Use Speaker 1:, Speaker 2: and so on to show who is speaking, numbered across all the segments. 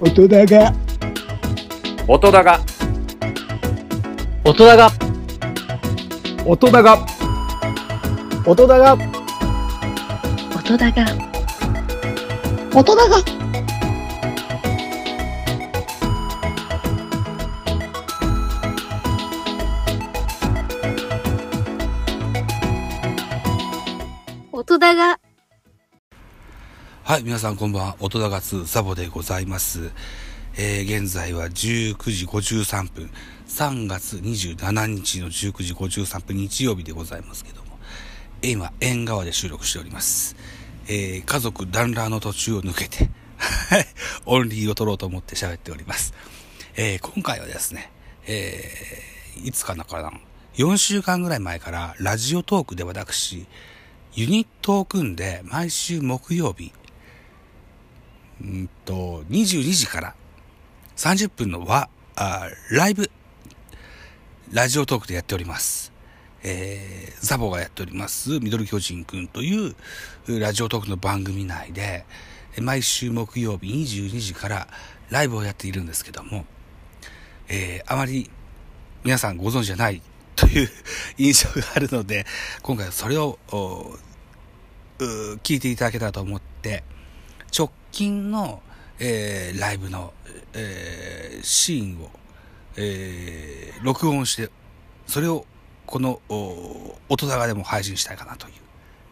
Speaker 1: 大人が
Speaker 2: 音だが
Speaker 3: 大人が
Speaker 4: 音だが
Speaker 5: 音だが
Speaker 6: 音だが
Speaker 7: 大人が
Speaker 6: 音だが
Speaker 8: はい、皆さんこんばんは。音高2サボでございます。えー、現在は19時53分。3月27日の19時53分日曜日でございますけども。えー今、縁側で収録しております。えー、家族団らんの途中を抜けて、 はいオンリーを撮ろうと思って喋っております。えー、今回はですね、えー、いつかなかな、4週間ぐらい前からラジオトークで私、ユニットを組んで毎週木曜日、うんと、22時から30分のは、あライブ、ラジオトークでやっております。えー、ザボがやっております、ミドル巨人くんというラジオトークの番組内で、毎週木曜日22時からライブをやっているんですけども、えー、あまり皆さんご存知じゃないという印象があるので、今回はそれを、おう聞いていただけたらと思って、直近の、えーライブの、えーシーンを、えー録音して、それをこの、お音高でも配信したいかなという、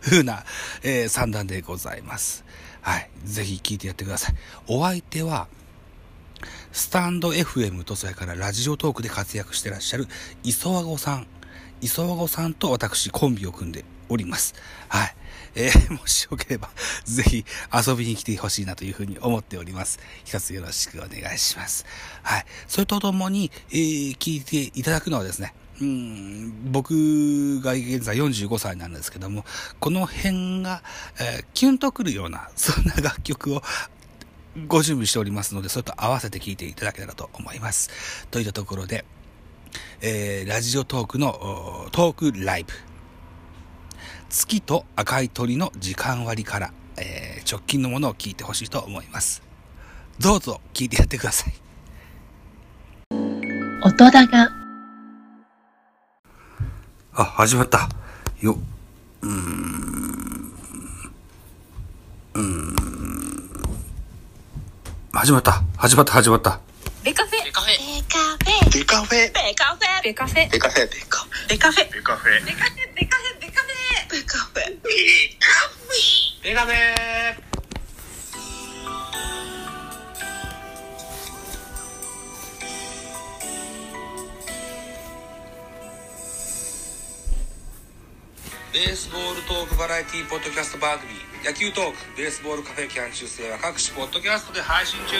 Speaker 8: ふうな、えー算段でございます。はい。ぜひ聞いてやってください。お相手は、スタンド FM とそれからラジオトークで活躍してらっしゃる磯和子さん。磯和子さんと私コンビを組んでおります。はい。えー もしよければ、ぜひ遊びに来てほしいなというふうに思っております。一つよろしくお願いします。はい。それとともに、えー聞いていただくのはですね、うーん僕が現在45歳なんですけども、この辺が、えーキュンとくるような、そんな楽曲をご準備しておりますので、それと合わせて聞いていただけたらと思います。といったところで、えーラジオトークのおートークライブ、月と赤い鳥の時間割から、えー直近のものを聞いてほしいと思います。どうぞ聞いてやってください。
Speaker 6: 音だが
Speaker 8: あ、始まった。よ、うーん、うーん、始まった。始まった、始まった。
Speaker 9: ベカフェ。ベカフェ。
Speaker 7: デカフェ
Speaker 10: デカフェ
Speaker 9: ベカフェ。ベカフェ。
Speaker 10: デカフェデカ
Speaker 9: ベカフェ。
Speaker 10: デカフェ
Speaker 9: ベカフェ。ベカフェ。ベカフェ。ベカフェ。
Speaker 10: デカフェ
Speaker 8: ベースボールトークバラエティポッドキャスト番組野球トークベースボールカフェキャン中世は各種ポッドキャストで配信中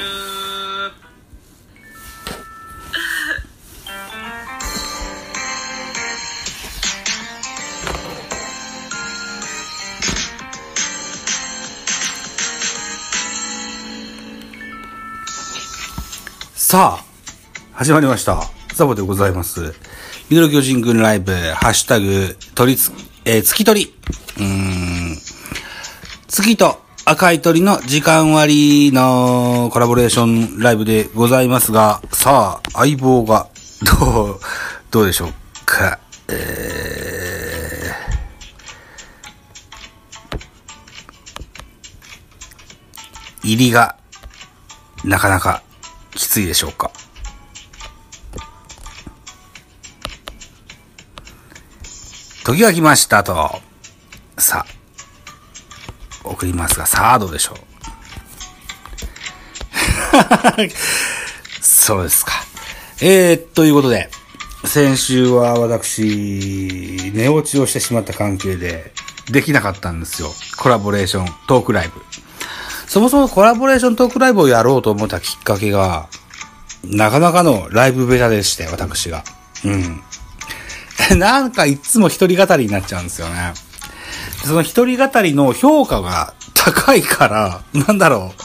Speaker 8: さあ始まりました。ザボでございます。ミドル巨人軍ライブ、ハッシュタグ、鳥つ、えー月鳥。うーん。月と赤い鳥の時間割のコラボレーションライブでございますが、さあ、相棒が、どう、どうでしょうか。えー、入りが、なかなか、きついでしょうか。時が来ましたと、さあ、送りますが、さあどうでしょう。 そうですか。えー、ということで、先週は私、寝落ちをしてしまった関係で、できなかったんですよ。コラボレーション、トークライブ。そもそもコラボレーショントークライブをやろうと思ったきっかけが、なかなかのライブベタでして、私が。うん。 なんかいつも一人語りになっちゃうんですよね。その一人語りの評価が高いから、なんだろう。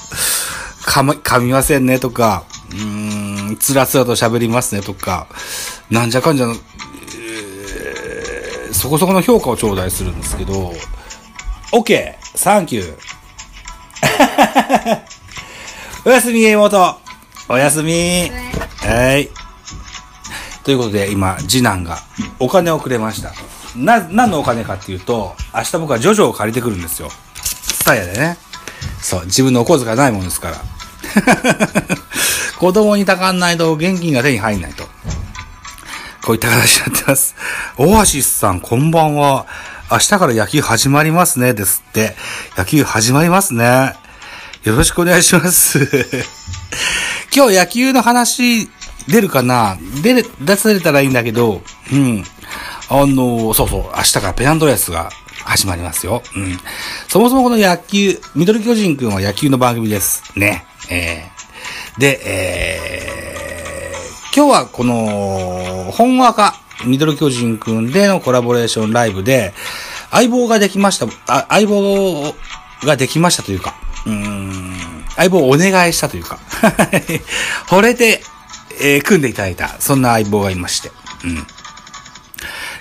Speaker 8: かみ、噛みませんねとか、うーん、つらつらと喋りますねとか、なんじゃかんじゃ、えーそこそこの評価を頂戴するんですけど、OK! サンキューおやすみ、妹おやすみ。はい。ということで、今、次男がお金をくれました。な、何のお金かっていうと、明日僕はジョジョを借りてくるんですよ。スタヤでね。そう、自分のお小遣いないもんですから。 子供にたかんないと現金が手に入んないと。こういった形になってます。オアシスさん、こんばんは。明日から野球始まりますね、ですって。野球始まりますね。よろしくお願いします。今日野球の話出るかな出れ、出されたらいいんだけど、うん。あの、そうそう、明日からペナントレースが始まりますよ。うん。そもそもこの野球、ミドル巨人くんは野球の番組です。ね。えーで、えー今日はこの、本若、ミドル巨人くんでのコラボレーションライブで、相棒ができました、あ相棒ができましたというか、うーん、相棒をお願いしたというか、 惚れて、えー組んでいただいた、そんな相棒がいまして、うん。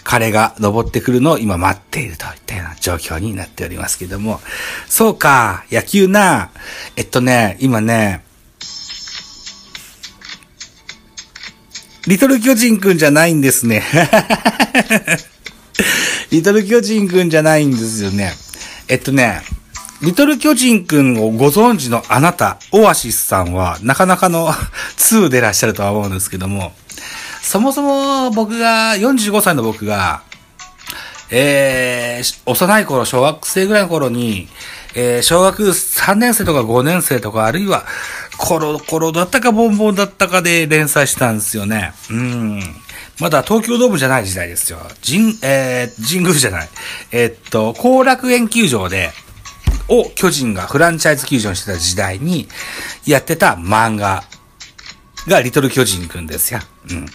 Speaker 8: 彼が登ってくるのを今待っているといったような状況になっておりますけども。そうか、野球な。えっとね、今ね、リトル巨人くんじゃないんですね。 リトル巨人くんじゃないんですよね。えっとね、リトル巨人くんをご存知のあなた、オアシスさんは、なかなかの 2でいらっしゃるとは思うんですけども、そもそも僕が、45歳の僕が、えーし、幼い頃、小学生ぐらいの頃に、えー小学3年生とか5年生とか、あるいは、コロコロだったかボンボンだったかで連載したんですよね。うん。まだ東京ドームじゃない時代ですよ。神、えー神宮じゃない。えーっと、後楽園球場で、を巨人がフランチャイズ球場にしてた時代にやってた漫画がリトル巨人くんですよ。うん。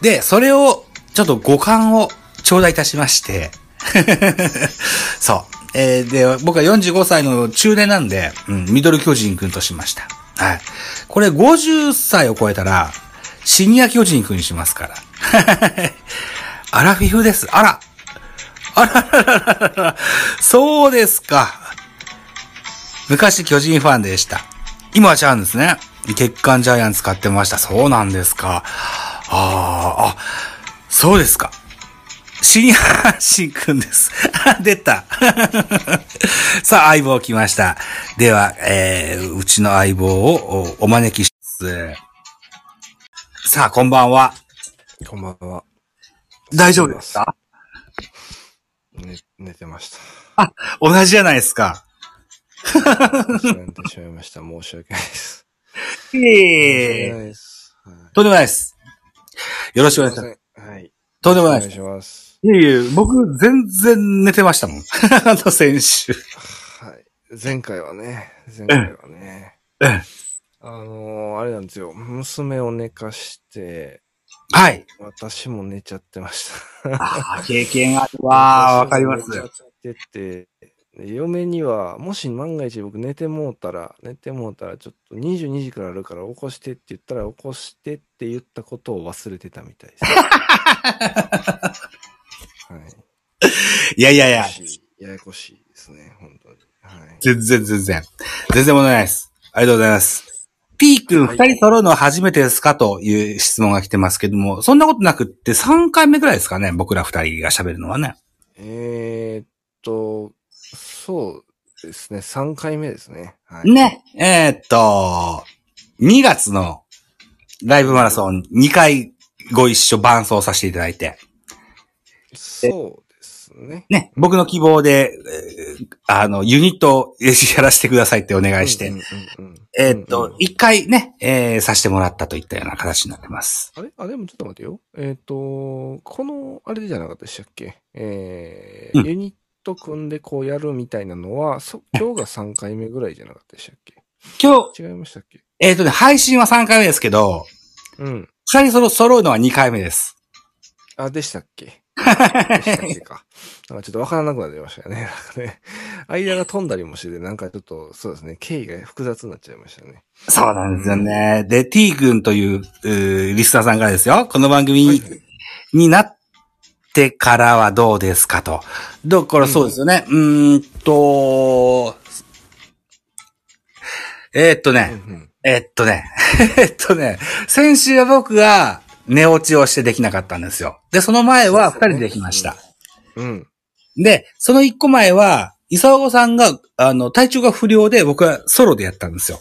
Speaker 8: で、それを、ちょっと五感を頂戴いたしまして、 そう。えーで、僕は45歳の中年なんで、うん、ミドル巨人くんとしました。はい。これ50歳を超えたら、シニア巨人くんにしますから。 アラフィフです。あら。あらららららら。そうですか。昔巨人ファンでした。今は違うんですね。月刊ジャイアンツ買ってました。そうなんですか。あーあ、そうですか。新阪神くんです。 あ出た。さあ、相棒来ました。では、えー、うちの相棒をおお招きします。さあ、こんばんは。
Speaker 1: こんばんは。
Speaker 8: 大丈夫ですか
Speaker 1: 寝、寝てました。
Speaker 8: 同じじゃないですか。
Speaker 1: 寝てしまいました。申し訳ないです。申
Speaker 8: え
Speaker 1: し訳ない
Speaker 8: え
Speaker 1: です。はい
Speaker 8: とんでもないです。よろしくお願いします。
Speaker 1: はい。
Speaker 8: とんでも
Speaker 1: お
Speaker 8: ない
Speaker 1: 願
Speaker 8: で
Speaker 1: い
Speaker 8: す。
Speaker 1: します。
Speaker 8: いえいえ、僕、全然寝てましたもん。 あの、先週。
Speaker 1: はい。前回はね、前回はね、
Speaker 8: ええ
Speaker 1: あのー、あれなんですよ。娘を寝かして、
Speaker 8: はい。
Speaker 1: 私も寝ちゃってまし
Speaker 8: ああ、経験ある
Speaker 1: た。
Speaker 8: わー。わかります。
Speaker 1: 寝ちゃってて、で嫁には、もし万が一僕寝てもうたら、寝てもうたら、ちょっと22時からあるから起こしてって言ったら、起こしてって言ったことを忘れてたみた いです。はい。
Speaker 8: いやいやいや、
Speaker 1: ややこしいですね、本当に。はい。
Speaker 8: 全然全然。全然問題ないです。ありがとうございます。P 君、
Speaker 1: はい
Speaker 8: 二人揃うのは初めてですかという質問が来てますけども、そんなことなくって3回目くらいですかね、僕ら二人が喋るのはね。
Speaker 1: えー、っと、そうですね、3回目ですね。はい。
Speaker 8: ね。えーっと、2月のライブマラソン2回ご一緒伴走させていただいて、
Speaker 1: そうですね。
Speaker 8: ね、僕の希望で、えーあの、ユニットをえーやらせてくださいってお願いして、
Speaker 1: うんうんうんうん
Speaker 8: えーっ
Speaker 1: うん
Speaker 8: と
Speaker 1: うん、
Speaker 8: 1回ね、えーさせてもらったといったような形になってます。
Speaker 1: あれあ、でもちょっと待ってよ。えーっ、と、この、あれじゃなかったでしたっけえー
Speaker 8: うん
Speaker 1: ユニット組んでこうやるみたいなの は、そ今日が3回目ぐらいじゃなかったでしたっ
Speaker 8: 今日、
Speaker 1: け違いましたっけ
Speaker 8: えーっとね、配信は3回目ですけど、
Speaker 1: うん。
Speaker 8: 二人揃揃うのは2回目です。
Speaker 1: あ、でしたっ けでしたっけか。なんかちょっとわからなくなりましたよね。なんかね、間が飛んだりもして、なんかちょっと、そうですね、経緯が複雑になっちゃいましたね。
Speaker 8: そうなんですよね。で、t 君といううーリスナーさんからですよ、この番組
Speaker 1: はい
Speaker 8: にになってからはどうですかと。だからそうですよね。うーんと、えーっとね、えーっとね、 えーっとね、先週は僕が寝落ちをしてできなかったんですよ。で、その前は二人でできました。
Speaker 1: うん。
Speaker 8: で、その一個前は、伊沢さんが、あの、体調が不良で僕はソロでやったんですよ。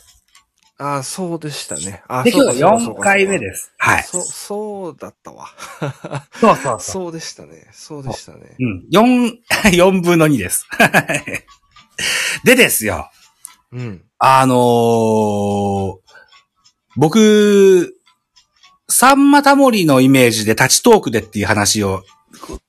Speaker 1: ああ、そうでしたね。あ
Speaker 8: で、
Speaker 1: そうか
Speaker 8: 今日は
Speaker 1: そうかそう
Speaker 8: 4
Speaker 1: か
Speaker 8: 回目です。はい。
Speaker 1: そ、そうだったわ。
Speaker 8: そうそうそう。
Speaker 1: そうでしたね。そうでしたね。
Speaker 8: うん。4、4分の2です。はいでですよ。
Speaker 1: うん。
Speaker 8: あのー僕、サンマタモリのイメージでタッチトークでっていう話を、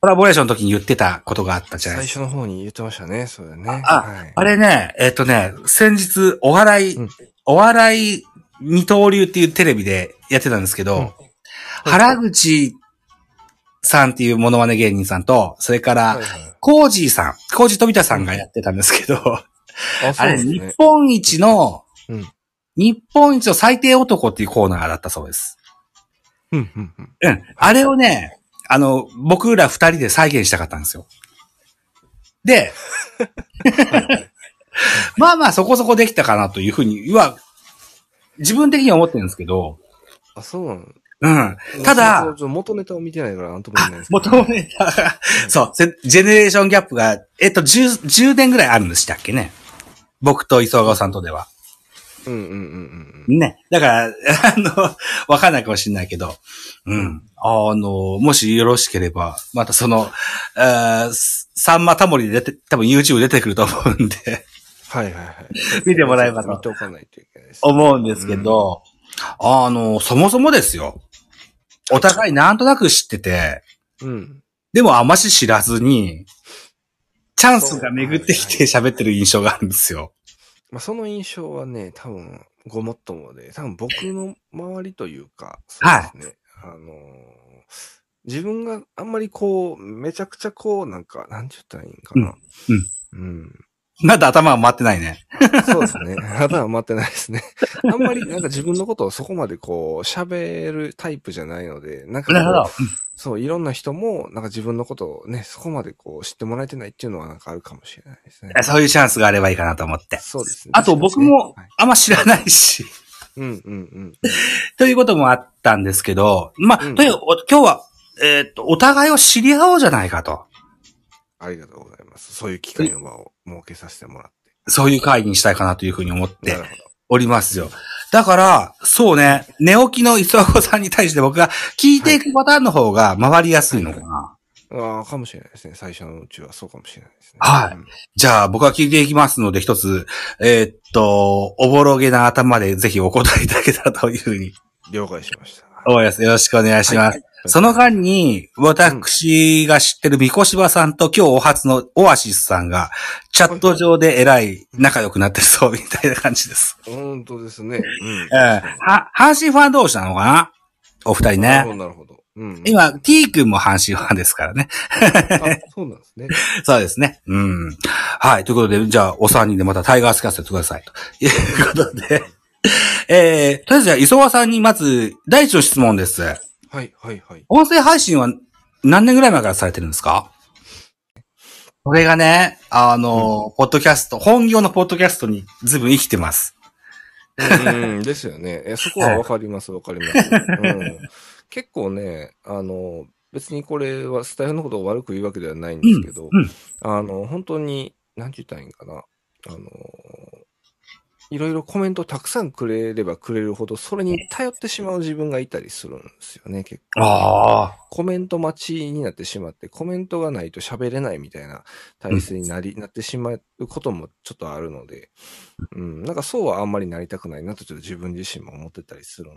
Speaker 8: コラボレーションの時に言ってたことがあったじゃない
Speaker 1: 最
Speaker 8: ですか。
Speaker 1: 初の方に言ってましたね。そうだね。
Speaker 8: あ
Speaker 1: はい、
Speaker 8: あれね、えっとね、先日、お笑い、
Speaker 1: うん
Speaker 8: お笑い二刀流っていうテレビでやってたんですけど、
Speaker 1: うん
Speaker 8: 原口さんっていうモノマネ芸人さんと、それから、
Speaker 1: はいはい
Speaker 8: コージーさん、コージー富田さんがやってたんですけど、
Speaker 1: あ、
Speaker 8: あ
Speaker 1: そうで
Speaker 8: れ、
Speaker 1: す
Speaker 8: 日
Speaker 1: ね。
Speaker 8: 本一の、
Speaker 1: うん
Speaker 8: 日本一の最低男っていうコーナーだったそうです。
Speaker 1: うん、うん、うん。
Speaker 8: うん。あれをね、あの、僕ら二人で再現したかったんですよ。で、 まあまあそこそこできたかなというふうには、自分的には思ってるんですけど、
Speaker 1: あ、そうなの
Speaker 8: うん。ただ
Speaker 1: ちょっと元ネタを見てないから、なんとも言えないですけど。
Speaker 8: 元々ね、そう、せジェネレーションギャップが、えっと、10、10年ぐらいあるんでしたっけね。僕と磯川さんとでは。
Speaker 1: うん、うん、うん、うん。
Speaker 8: ね。だから、 あの、わかんないかもしれないけど、うん。あの、もしよろしければ、またその、えー、サンマタモリで出て、多分 YouTube 出てくると思うんで、
Speaker 1: はい、はい、はい。
Speaker 8: 見てもらえばと
Speaker 1: 見ておかないといけないです。
Speaker 8: 思うんですけど、あの、そもそもですよ。お互いなんとなく知ってて、
Speaker 1: うん。
Speaker 8: でもあまし知らずに、チャンスが巡ってきて喋ってる印象があるんですよ。
Speaker 1: まあ、その印象はね、多分、ごもっともで、多分僕の周りというか、
Speaker 8: はい
Speaker 1: そうですね。あのー自分があんまりこう、めちゃくちゃこう、なんか、なんて言ったらいいんかな。うん。
Speaker 8: まだ頭は回ってないね。
Speaker 1: そうですね。 頭は待ってないですね。 あんまりなんか自分のことをそこまでこう、喋るタイプじゃないので、なんかこう。そう、いろんな人も、なんか自分のことをね、そこまでこう、知ってもらえてないっていうのはなんかあるかもしれないですね。
Speaker 8: そういうチャンスがあればいいかなと思って。
Speaker 1: そうですね。
Speaker 8: あと僕も
Speaker 1: はい
Speaker 8: あんま知らないし、
Speaker 1: うんうんうん。
Speaker 8: ということもあったんですけど、まあ、
Speaker 1: うん
Speaker 8: という、お今日は、えーっと、お互いを知り合おうじゃないかと。
Speaker 1: ありがとうございます。そういう機会の場を設けさせてもらっ。
Speaker 8: そういう会議にしたいかなというふうに思ってて
Speaker 1: なるほど。
Speaker 8: おりますよ。だから、そうね、寝起きの磯子さんに対して僕が聞いていくパターンの方が回りやすいのかな。
Speaker 1: ああ、かもしれないですね。最初のうちはそうかもしれないですね。
Speaker 8: はい
Speaker 1: うん
Speaker 8: じゃあ、僕は聞いていきますので、一つ、えーっと、おぼろげな頭でぜひお答えいただけたらというふうに
Speaker 1: 了解しました。
Speaker 8: 思います。よろしくお願いします。その間に、私が知ってる三越柴さんと今日お初のオアシスさんが、チャット上で偉い仲良くなってるそうみたいな感じです。
Speaker 1: 本当ですね。うん
Speaker 8: え。ー、は、阪神ファン同士なのかなお二人
Speaker 1: なるほど、
Speaker 8: ね。
Speaker 1: なるほど。 うん。
Speaker 8: 今、t 君も阪神ファンですからね。
Speaker 1: あ、そうなんですね。
Speaker 8: そうですね。うん。はい。ということで、じゃあ、お三人でまたタイガースキャストやってください。と いうことで。えー、とりあえずじゃあ、磯和さんにまず、第一の質問です。
Speaker 1: はい、はい、はい。
Speaker 8: 音声配信は何年ぐらい前からされてるんですかそれがね、あの、ポッドキャスト、本業のポッドキャストにずいぶん生きてます。
Speaker 1: うん、ですよね。えそこはわかります、わかります、うん。結構ね、あの、別にこれはスタイフのことを悪く言うわけではないんですけど、
Speaker 8: うんうん
Speaker 1: あの、本当に、なんて言ったらいいんかな。あの、いろいろコメントたくさんくれればくれるほど、それに頼ってしまう自分がいたりするんですよね、結構。
Speaker 8: ああ。
Speaker 1: コメント待ちになってしまって、コメントがないと喋れないみたいな体制になり、なってしまうこともちょっとあるので、うん、なんかそうはあんまりなりたくないなとちょっと自分自身も思ってたりするので、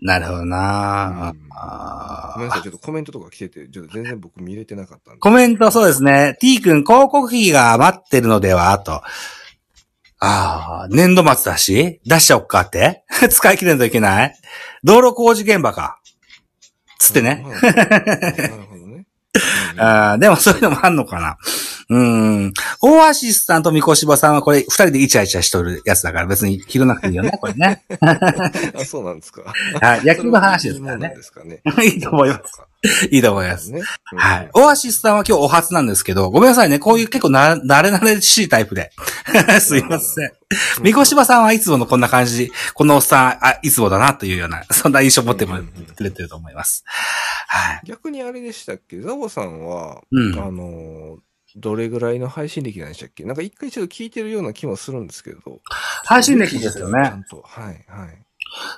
Speaker 8: なるほどな、
Speaker 1: うん
Speaker 8: あ
Speaker 1: ごめんなさい、
Speaker 8: ー
Speaker 1: ちょっとコメントとか来てて、ちょっと全然僕見れてなかったんで。
Speaker 8: コメントそうですね。t 君、広告費が余ってるのではと。ああ、年度末だし出しちゃおっかって 使い切れんといけない道路工事現場か。つってね。
Speaker 1: うん。なるほどね。うん
Speaker 8: あーでもそういうのもあんのかな。うん。オアシスさんと三越場さんはこれ、二人でイチャイチャしとるやつだから別に拾わなくてい いよね、これね。
Speaker 1: あ、そうなんですか。
Speaker 8: はい野球の話です
Speaker 1: それ
Speaker 8: からね
Speaker 1: はいいもんなんですかね。
Speaker 8: いい と思います。いいと思います。
Speaker 1: ね。うん
Speaker 8: はい。。オアシスさんは今日お初なんですけど、ごめんなさいね。こういう結構な、慣れ慣れしいタイプで。 すいません。三越場さんはいつものこんな感じ、このおっさん、あ、いつもだなというような、そんな印象を持ってもくれてると思います。はい。
Speaker 1: 逆にあれでしたっけザボさんは、
Speaker 8: うん
Speaker 1: あのー、どれぐらいの配信歴なんでしたっけなんか一回ちょっと聞いてるような気もするんですけど。
Speaker 8: 配信歴ですよ
Speaker 1: ちゃ
Speaker 8: ね。
Speaker 1: んと。はい、はい。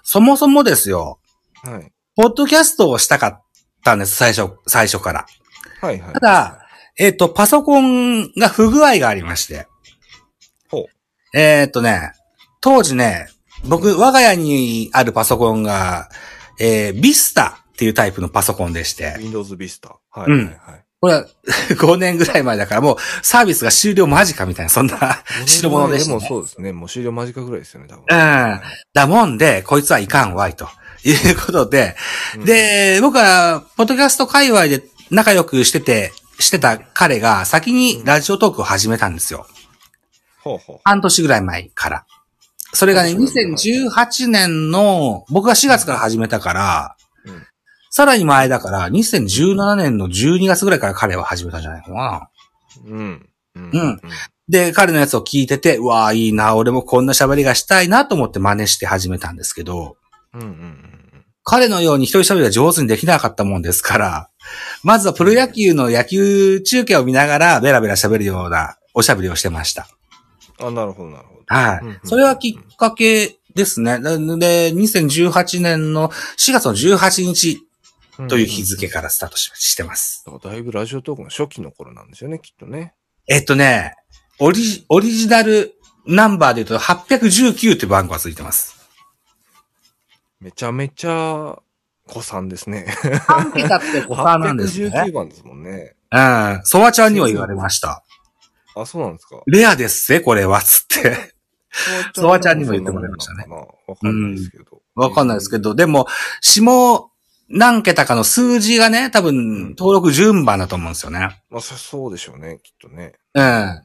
Speaker 8: そもそもですよ、
Speaker 1: はい。
Speaker 8: ポッドキャストをしたかったんです、最初、最初から。
Speaker 1: はい、はい。
Speaker 8: ただ、えっ、と、パソコンが不具合がありまして。
Speaker 1: ほう。
Speaker 8: えっ、とね、当時ね、僕、我が家にあるパソコンが、えー、ビスタっていうタイプのパソコンでして、
Speaker 1: Windows Vista。はい、
Speaker 8: うん
Speaker 1: はい、はい。
Speaker 8: これは 5年ぐらい前だからもうサービスが終了間近みたいな、そんな代物でした、ね。
Speaker 1: もそうですね。もう終了間近ぐらいですよね、多分。
Speaker 8: うん。だもんで、こいつはいかんわい、ということで、
Speaker 1: うん
Speaker 8: で、僕は、ポッドキャスト界隈で仲良くしてて、してた彼が先にラジオトークを始めたんですよ。
Speaker 1: ほうほう。
Speaker 8: 半年ぐらい前から。それがね、2018年の、僕が4月から始めたから
Speaker 1: うん、
Speaker 8: さらに前だから、2017年の12月ぐらいから彼は始めたんじゃないかな。
Speaker 1: うん。うん
Speaker 8: うんで、彼のやつを聞いてて、うわあ、いいな、俺もこんな喋りがしたいなと思って真似して始めたんですけど、
Speaker 1: うんうんうん
Speaker 8: 彼のように一人喋りが上手にできなかったもんですから、まずはプロ野球の野球中継を見ながら、ベラベラ喋るようなおしゃべりをしてました。
Speaker 1: うん。あ、なるほど、なるほど。
Speaker 8: はい。
Speaker 1: うんうん
Speaker 8: それはきっかけですね。で、で2018年の4月の18日という日付からスタートししてます。
Speaker 1: だからだいぶラジオトークの初期の頃なんですよね、きっとね。
Speaker 8: えっとね、オリジ、オリジナルナンバーで言うと819って番号がついてます。
Speaker 1: めちゃめちゃ、子さんですね。
Speaker 8: 3桁って誤差なんですね。
Speaker 1: 819番ですもんね。
Speaker 8: うん。ソワちゃんには言われました。
Speaker 1: あ、そうなんですか。
Speaker 8: レアですぜ、これは、つって。
Speaker 1: ソワ
Speaker 8: ソワちゃんにも言ってもらいましたね
Speaker 1: そんなもんなのかなわかんないですけど。
Speaker 8: わかんないですけど、でも、下何桁かの数字がね、多分、登録順番だと思うんですよね。
Speaker 1: まあ、そそうでしょうね、きっとね。
Speaker 8: うん。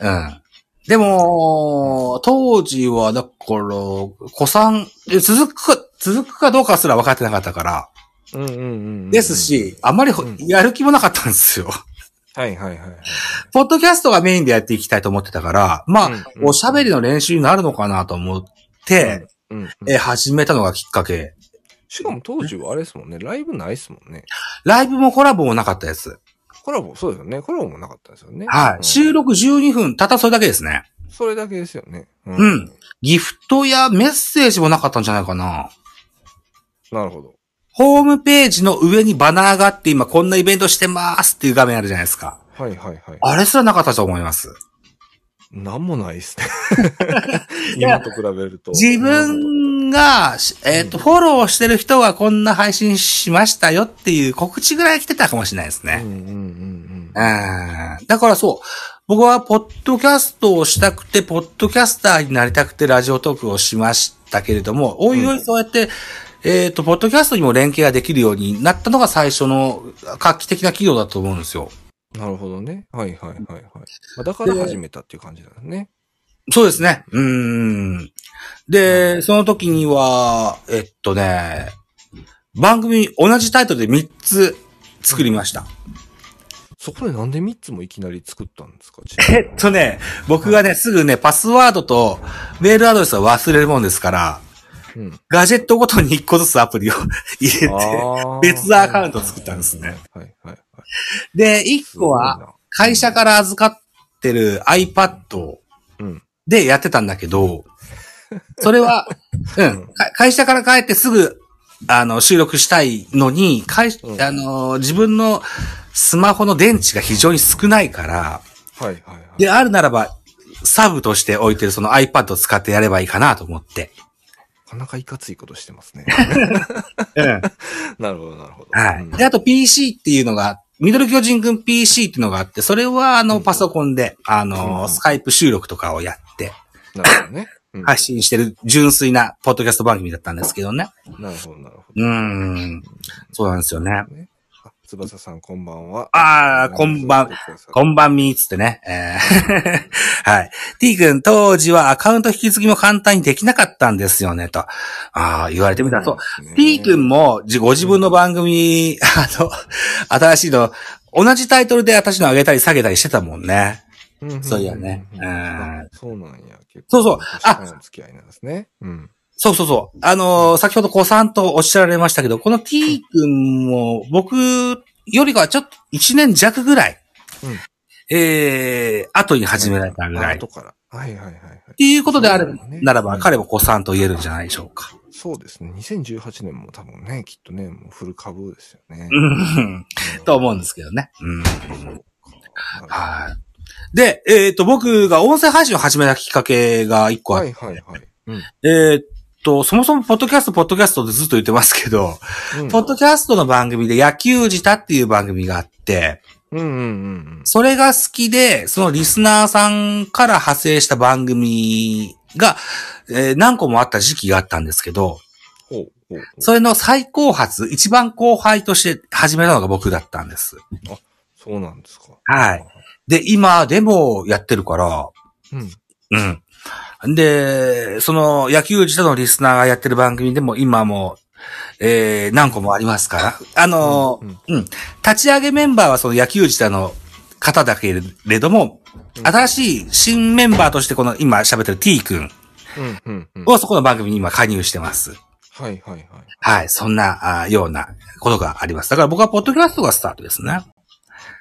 Speaker 8: うん。でも、当時は、だから、子さん、え続くか、続くかどうかすら分かってなかったから、
Speaker 1: うんうんうんうん。
Speaker 8: ですし、あまりほ
Speaker 1: うん
Speaker 8: やる気もなかったんですよ。
Speaker 1: はいはいはいはい。
Speaker 8: ポッドキャストがメインでやっていきたいと思ってたから、まあ、
Speaker 1: うんうん
Speaker 8: おしゃべりの練習になるのかなと思って、
Speaker 1: うんうん。
Speaker 8: え、始めたのがきっかけ。
Speaker 1: しかも当時はあれですもんね、ライブないですもんね。
Speaker 8: ライブもコラボもなかったです。
Speaker 1: コラボ、そうですよね。コラボもなかったですよね。
Speaker 8: は
Speaker 1: う
Speaker 8: い。
Speaker 1: ん
Speaker 8: 収録12分、たったそれだけですね。
Speaker 1: それだけですよね。う
Speaker 8: うんギフトやメッセージもなかったんじゃないかな。
Speaker 1: なるほど。
Speaker 8: ホームページの上にバナーがあって、今こんなイベントしてますっていう画面あるじゃないですか。
Speaker 1: はいはいはい。
Speaker 8: あれすらなかったと思います。
Speaker 1: なんもないですね。
Speaker 8: いや
Speaker 1: 今と比べると。
Speaker 8: 自分が、しえっ、と、フォローしてる人がこんな配信しましたよっていう告知ぐらい来てたかもしれないです
Speaker 1: うん
Speaker 8: ね。
Speaker 1: うんうん
Speaker 8: うん。だからそう。僕はポッドキャストをしたくて、ポッドキャスターになりたくてラジオトークをしましたけれども、おいおいそうやって、えっ、と、ポッドキャストにも連携ができるようになったのが最初の画期的な企業だと思うんですよ。
Speaker 1: うん。なるほどね。はいはいはいはい。まあだから始めたっていう感じなんですね。
Speaker 8: そうですね。うーん。で、その時には、えっとね、番組同じタイトルで3つ作りました。
Speaker 1: そこでなんで3つもいきなり作ったんですか
Speaker 8: えっとね、僕がね、すぐね、パスワードとメールアドレスは忘れるもんですから、
Speaker 1: うん
Speaker 8: ガジェットごとに一個ずつアプリを 入れて、
Speaker 1: あー
Speaker 8: 別のアカウントを作ったんですね。
Speaker 1: はいはいはい。
Speaker 8: で、一
Speaker 1: す
Speaker 8: 個
Speaker 1: ごい
Speaker 8: は
Speaker 1: な。
Speaker 8: 会社から預かってる iPad
Speaker 1: うん。
Speaker 8: でやってたんだけど、それ は、うん、か会社から帰ってすぐ、あの、収録したいのに、会
Speaker 1: うん
Speaker 8: あの、自分のスマホの電池が非常に少ないから、
Speaker 1: はいはいはい。
Speaker 8: で、あるならば、サブとして置いてるその iPad を使ってやればいいかなと思って。
Speaker 1: なかなかいかついことして ますね。
Speaker 8: うん。
Speaker 1: なるほどなるほど。
Speaker 8: は
Speaker 1: うん
Speaker 8: い。で、あと PC っていうのが、ミドル巨人くん PC っていうのがあって、それはあのパソコンで、あ
Speaker 1: う
Speaker 8: の、
Speaker 1: ん
Speaker 8: スカイプ収録とかをやって
Speaker 1: なるほどね。うん
Speaker 8: 発信してる純粋なポッドキャスト番組だったんですけどね。
Speaker 1: なるほどなるほど。
Speaker 8: うーん。そうなんですよね。
Speaker 1: ねあ翼さんこんばんは。
Speaker 8: ああ、こんばん、こんばんみーつってね。えー はい。t 君、当時はアカウント引き継ぎも簡単にできなかったんですよね、と。ああ、言われてみたら、そう。t 君も、じご自分の番組、あの、新しいの、同じタイトルで私の上げたり下げたりしてたもんね。
Speaker 1: うん
Speaker 8: そういやね。
Speaker 1: う
Speaker 8: うんん。
Speaker 1: そうなんや。結
Speaker 8: そうそうあ
Speaker 1: あ付き合いなんですね。うん。
Speaker 8: そうそうそう。あのー先ほど子さんとおっしゃられましたけど、この t 君も僕よりかはちょっと1年弱ぐらい、
Speaker 1: うん
Speaker 8: えー、後に始められたぐらい。
Speaker 1: 後から。はいはいはいはい。
Speaker 8: っていうことであれば
Speaker 1: そうだね
Speaker 8: ならば、彼も子さんと言えるんじゃないでしょうか。
Speaker 1: そうですね。2018年も多分ね、きっとね、もうフル株ですよね。
Speaker 8: うんと思うんですけどね。うん。はい。で、えっ、と、僕が音声配信を始めたきっかけが一個あって、
Speaker 1: はいはいはい。うん。
Speaker 8: えっと、そもそもポッドキャスト、ポッドキャストってずっと言ってますけど、
Speaker 1: うん
Speaker 8: ポッドキャストの番組で野球舌っていう番組があって、
Speaker 1: うんうんうん
Speaker 8: それが好きで、そのリスナーさんから派生した番組が、えー何個もあった時期があったんですけど、
Speaker 1: うん。ほうほうほう。
Speaker 8: それの最高発、一番後輩として始めたのが僕だったんです。
Speaker 1: そうなんですか。
Speaker 8: はい。で、今でもやってるから、
Speaker 1: うん。
Speaker 8: うん。で、その野球自体のリスナーがやってる番組でも今も、えー、何個もありますから。あのー、うん、立ち上げメンバーはその野球自体の方だけれども、新しい新メンバーとしてこの今喋ってる T 君
Speaker 1: うんうんうん。
Speaker 8: をそこの番組に今加入してます。
Speaker 1: はいはいはい。
Speaker 8: はい。そんな、あーようなことがあります。だから僕はポッドキャストがスタートですね。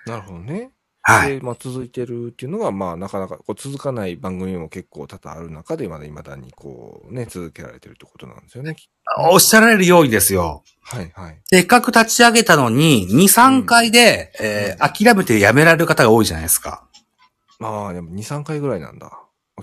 Speaker 1: なるほどね。
Speaker 8: はい。
Speaker 1: で、まあ続いてるっていうのが、まあなかなかこう続かない番組も結構多々ある中で、まだ未だにこうね、続けられてるってことなんですよね。き
Speaker 8: おっしゃられるようにですよ。
Speaker 1: はいはい。
Speaker 8: せっかく立ち上げたのに、2、3回で、えー諦めてやめられる方が多いじゃないですか。
Speaker 1: まあでも2、3回ぐらいなんだ。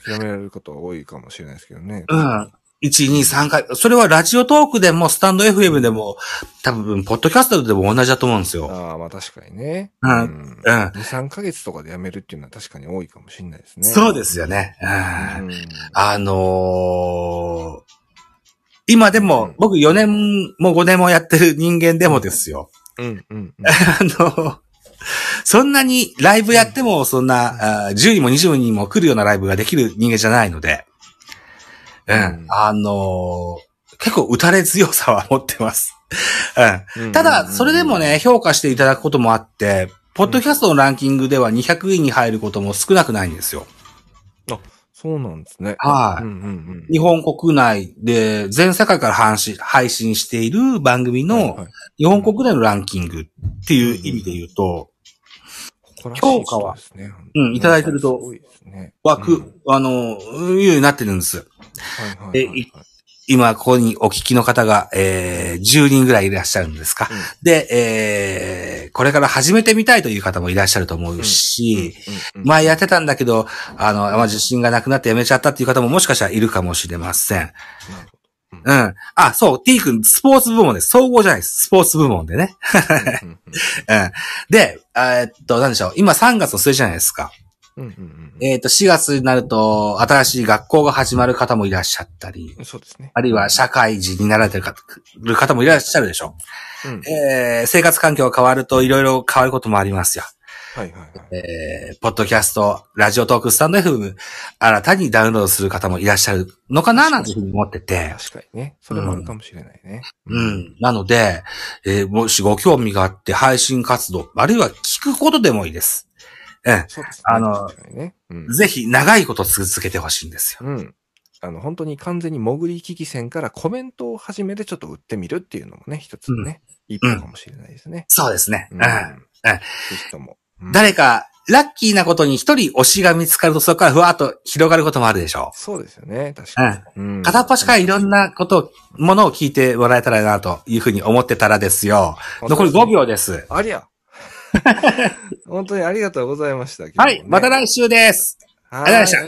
Speaker 1: 諦められる方は多いかもしれないですけどね。
Speaker 8: うん。1、2、3回。それはラジオトークでも、スタンド FM でも、多分、ポッドキャストでも同じだと思うんですよ。
Speaker 1: ああ、まあ確かにね。
Speaker 8: う。
Speaker 1: うん
Speaker 8: う
Speaker 1: ん。
Speaker 8: ん。
Speaker 1: 2、3ヶ月とかで辞めるっていうのは確かに多いかもしれないですね。
Speaker 8: そう
Speaker 1: す。
Speaker 8: ですよね。うん。
Speaker 1: うん。
Speaker 8: あのー、今でも、僕4年も5年もやってる人間でもです よ。
Speaker 1: うん。うん。
Speaker 8: あの、そんなにライブやっても、そんな、あー10人も20人も来るようなライブができる人間じゃないので、う
Speaker 1: うん
Speaker 8: ん、あのー結構打たれ強さは持ってます。うん、ただ、それでもね、評価していただくこともあって、ポッドキャストのランキングでは200位に入ることも少なくないんですよ。
Speaker 1: そうなんですね。
Speaker 8: はい
Speaker 1: うんうん
Speaker 8: 日本国内で全世界から配信配信している番組
Speaker 1: うん。
Speaker 8: の
Speaker 1: はい、
Speaker 8: 日本国内のランキングっていう意味で言うと、
Speaker 1: 誇らしいこと
Speaker 8: 評価は
Speaker 1: ですね。
Speaker 8: うんいただいてると
Speaker 1: すごいですね。
Speaker 8: 枠、
Speaker 1: うん
Speaker 8: あの、いうようになってるんです。
Speaker 1: はいはいはいはい
Speaker 8: でい今、ここにお聞きの方が、えー、10人ぐらいいらっしゃるんですか。で、えー、これから始めてみたいという方もいらっしゃると思うし、
Speaker 1: うんうん
Speaker 8: 前やってたんだけど、あの、まあ、自信がなくなってやめちゃったっていう方ももしかしたらいるかもしれません。うん。あ、そう、t 君、スポーツ部門です。総合じゃないです。スポーツ部門でね。
Speaker 1: うんうん
Speaker 8: うん。で、えーっと、なんでしょう。今3月の末じゃないですか。
Speaker 1: うんうん
Speaker 8: えーっと、4月になると、新しい学校が始まる方もいらっしゃったり
Speaker 1: う、んそうですね。
Speaker 8: あるいは社会人になられてる方る方もいらっしゃるでしょ
Speaker 1: うん。は
Speaker 8: う。えー生活環境が変わるといろいろ変わることもありますよ。
Speaker 1: いはいはい。
Speaker 8: えーポッドキャスト、ラジオトーク、スタンド FM、新たにダウンロードする方もいらっしゃるのかななんていうふうに思ってて。
Speaker 1: 確かにね。それもあるかもしれないね。
Speaker 8: う。ん。なので、えーもしご興味があって配信活動、あるいは聞くことでもいいです。え
Speaker 1: そうですね。
Speaker 8: あの
Speaker 1: 確かにね。うん
Speaker 8: え。ぜひ長いこと続けてほしいんですよ。
Speaker 1: うん。あの、本当に完全に潜り聞き戦からコメントを始めてちょっと打ってみるっていうのもね、一つのね、一歩かもしれないですね。
Speaker 8: そうですね。うん。
Speaker 1: ぜひとも。うん
Speaker 8: 誰か、ラッキーなことに一人推しが見つかるとそこからふわっと広がることもあるでしょ
Speaker 1: そうですよね、確かに。うん
Speaker 8: う。片っ端からいろんなことを、ものを聞いてもらえたらなというふうに思ってたらですよ。残り5秒です。
Speaker 1: ありゃ。 本当にありがとうございました。
Speaker 8: はい、また
Speaker 1: 来
Speaker 8: 来週です。
Speaker 1: は
Speaker 8: ありがとうございました。